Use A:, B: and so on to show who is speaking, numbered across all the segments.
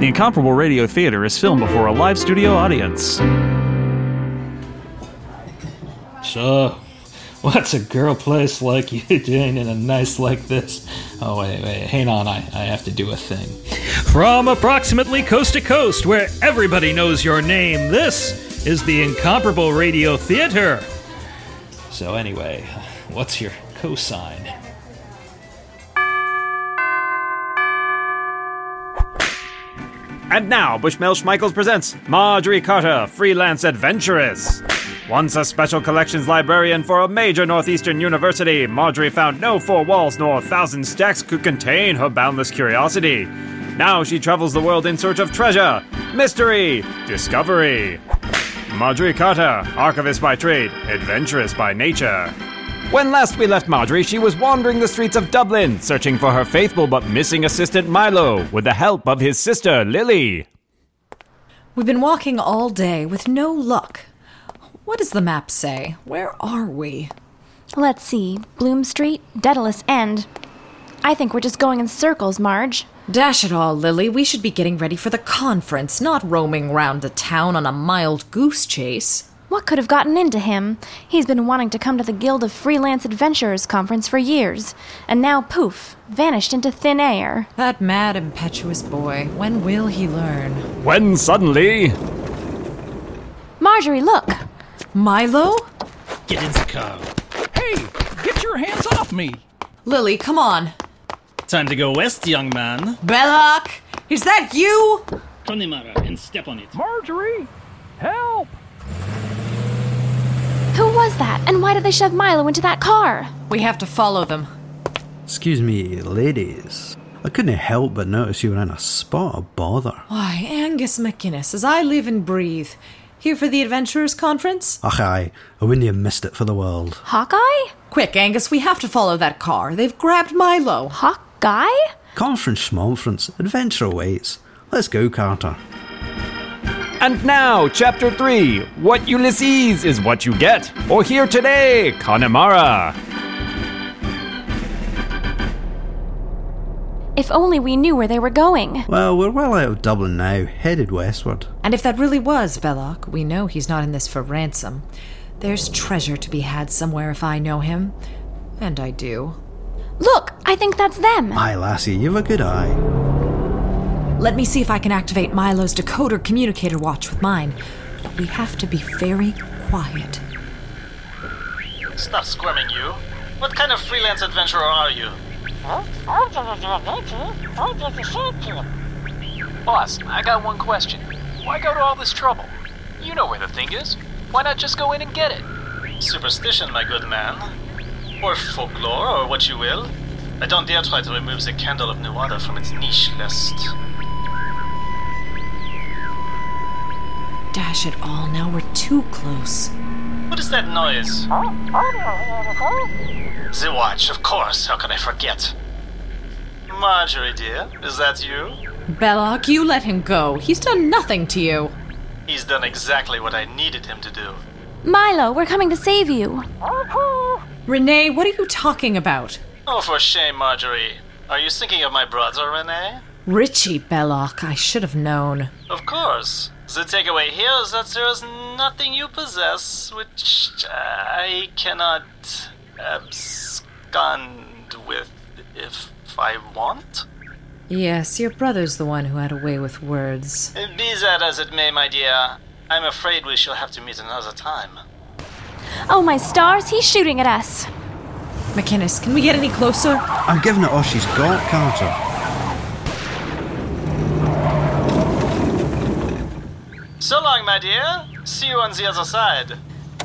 A: The Incomparable Radio Theater is filmed before a live studio audience.
B: Sure. What's a girl place like you doing in a nice like this? Oh, wait, wait, hang on, I, I have to do a thing.
C: From approximately coast to coast, where everybody knows your name, this is the Incomparable Radio Theater.
B: So, anyway, what's your cosine?
A: And now, Bushmilch Schmeichels presents Marjorie Carter, Freelance Adventuress. Once a special collections librarian for a major Northeastern university, Marjorie found no four walls nor thousand stacks could contain her boundless curiosity. Now she travels the world in search of treasure, mystery, discovery. Marjorie Carter, archivist by trade, adventurous by nature. When last we left Marjorie, she was wandering the streets of Dublin, searching for her faithful but missing assistant Milo, with the help of his sister Lily.
D: We've been walking all day with no luck. What does the map say? Where are we?
E: Let's see. Bloom Street, Daedalus End. I think we're just going in circles, Marge.
D: Dash it all, Lily. We should be getting ready for the conference, not roaming round the town on a mild goose chase.
E: What could have gotten into him? He's been wanting to come to the Guild of Freelance Adventurers conference for years, and now poof, vanished into thin air.
D: That mad, impetuous boy. When will he learn?
A: When suddenly.
E: Marjorie, look!
D: Milo?
F: Get in the car.
G: Hey, get your hands off me!
D: Lily, come on.
F: Time to go west, young man.
D: Belloc! Is that you?
F: Turn the mirror and step on it.
G: Marjorie! Help!
E: Who was that, and why did they shove Milo into that car?
D: We have to follow them.
H: Excuse me, ladies. I couldn't help but notice you were in a spot of bother.
D: Why, Angus McInnes, as I live and breathe. Here for the Adventurers Conference?
H: Ach, aye, I wouldn't have missed it for the world.
E: Hawkeye?
D: Quick, Angus, we have to follow that car. They've grabbed Milo.
E: Hawkeye?
H: Conference, schmonference, adventure awaits. Let's go, Carter.
A: And now, Chapter 3 What Ulysses is What You Get, or Here Today, Connemara.
E: If only we knew where they were going.
H: Well, we're well out of Dublin now, headed westward.
D: And if that really was Belloc, we know he's not in this for ransom. There's treasure to be had somewhere if I know him. And I do.
E: Look, I think that's them.
H: Aye, lassie, you've a good eye.
D: Let me see if I can activate Milo's decoder communicator watch with mine. But we have to be very quiet.
I: Stop squirming, you. What kind of freelance adventurer are you?
J: Boss, I got one question. Why go to all this trouble? You know where the thing is. Why not just go in and get it?
I: Superstition, my good man. Or folklore, or what you will. I don't dare try to remove the candle of Nuada from its niche, lest.
D: Dash it all, now we're too close.
I: What is that noise? The watch, of course. How can I forget? Marjorie, dear, is that you?
D: Belloc, you let him go. He's done nothing to you.
I: He's done exactly what I needed him to do.
E: Milo, we're coming to save you.
D: Renee, what are you talking about?
I: Oh, for shame, Marjorie. Are you thinking of my brother, Renee?
D: Richie Belloc, I should have known.
I: Of course. The takeaway here is that there is nothing you possess which I cannot abscond with if I want.
D: Yes, your brother's the one who had a way with words.
I: Be that as it may, my dear, I'm afraid we shall have to meet another time.
E: Oh, my stars, he's shooting at us.
D: McInnes, can we get any closer?
H: I'm giving it all she's got, Carter.
I: So long, my dear. See you on the other side.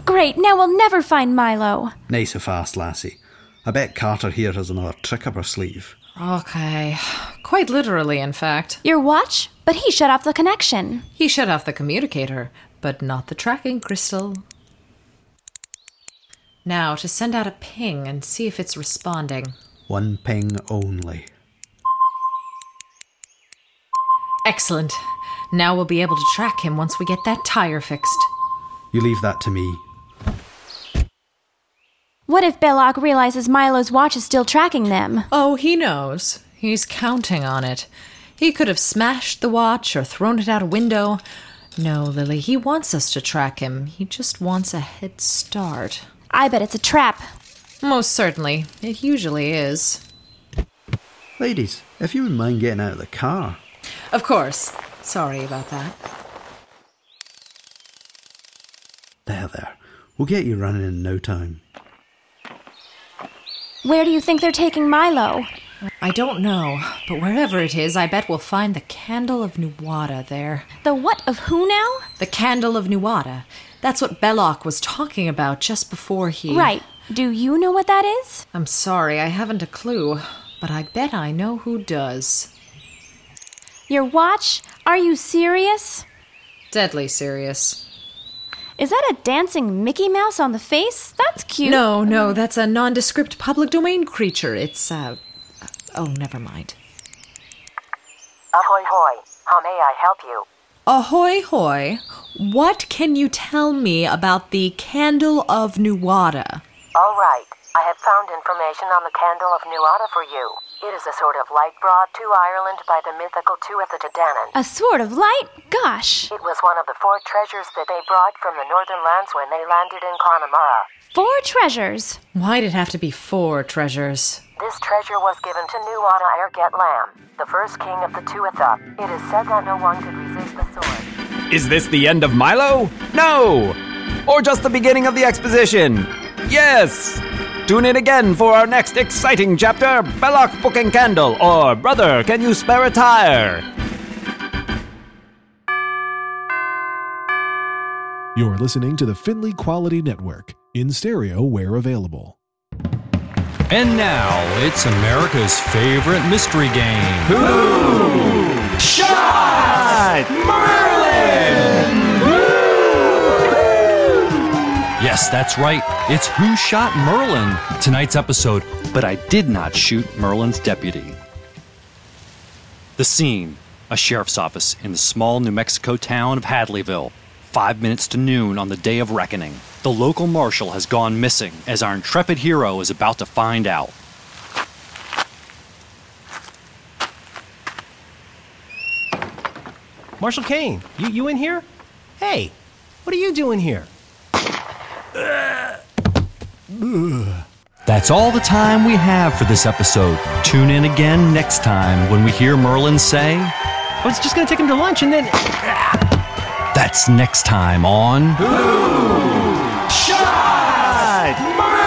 E: Great, now we'll never find Milo.
H: Nice and fast, lassie. I bet Carter here has another trick up her sleeve.
D: Okay. Quite literally, in fact.
E: Your watch? But he shut off the connection.
D: He shut off the communicator, but not the tracking crystal. Now, to send out a ping and see if it's responding.
H: One ping only.
D: Excellent. Now we'll be able to track him once we get that tire fixed.
H: You leave that to me.
E: What if Belloc realizes Milo's watch is still tracking them?
D: Oh, he knows. He's counting on it. He could have smashed the watch or thrown it out a window. No, Lily, he wants us to track him. He just wants a head start.
E: I bet it's a trap.
D: Most certainly. It usually is.
H: Ladies, if you wouldn't mind getting out of the car.
D: Of course. Sorry about that.
H: There, there. We'll get you running in no time.
E: Where do you think they're taking Milo?
D: I don't know, but wherever it is, I bet we'll find the Candle of Nuwada there.
E: The what of who now?
D: The Candle of Nuwada. That's what Belloc was talking about just before he.
E: Right. Do you know what that is?
D: I'm sorry, I haven't a clue, but I bet I know who does.
E: Your watch? Are you serious?
D: Deadly serious.
E: Is that a dancing Mickey Mouse on the face? That's cute.
D: No, no, that's a nondescript public domain creature. It's, uh. Oh, never mind.
K: Ahoy, hoy. How may I help you?
D: Ahoy, hoy. What can you tell me about the Candle of Nuwada?
K: All right. I have found information on the Candle of Nuada for you. It is a sort of light brought to Ireland by the mythical Tuatha De Danann.
E: A sword of light? Gosh!
K: It was one of the four treasures that they brought from the northern lands when they landed in Connemara.
E: Four treasures?
D: Why'd it have to be four treasures?
K: This treasure was given to Nuada Erget Lam, the first king of the Tuatha. It is said that no one could resist the sword.
A: Is this the end of Milo? No! Or just the beginning of the exposition? Yes! Tune in again for our next exciting chapter Belloc Book and Candle, or Brother, Can You Spare a Tire?
L: You're listening to the Finley Quality Network, in stereo where available.
M: And now, it's America's favorite mystery game
N: Who Shot Merlin?
M: Yes, that's right. It's Who Shot Merlin, tonight's episode. But I did not shoot Merlin's deputy. The scene a sheriff's office in the small New Mexico town of Hadleyville. Five minutes to noon on the day of reckoning. The local marshal has gone missing, as our intrepid hero is about to find out.
O: Marshal Kane, you, you in here? Hey, what are you doing here?
M: That's all the time we have for this episode. Tune in again next time when we hear Merlin say,
O: I was just going to take him to lunch and then.
M: That's next time on.
N: Who Shot Merlin?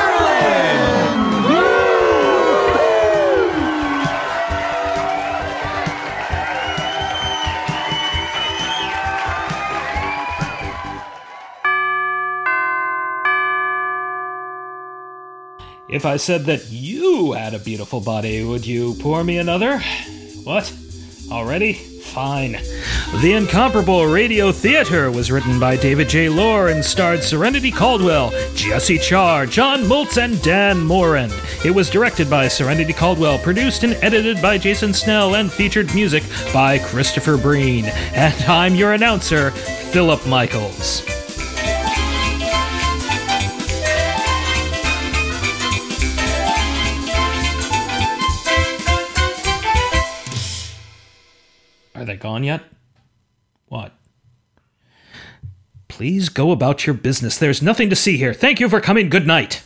B: If I said that you had a beautiful body, would you pour me another? What? Already? Fine.
C: The Incomparable Radio Theater was written by David J. Lohr and starred Serenity Caldwell, Jesse Char, John Multz, and Dan Morin. It was directed by Serenity Caldwell, produced and edited by Jason Snell, and featured music by Christopher Breen. And I'm your announcer, Philip Michaels.
B: Are they gone yet? What? Please go about your business.
C: There's nothing to see here. Thank you for coming. Good night.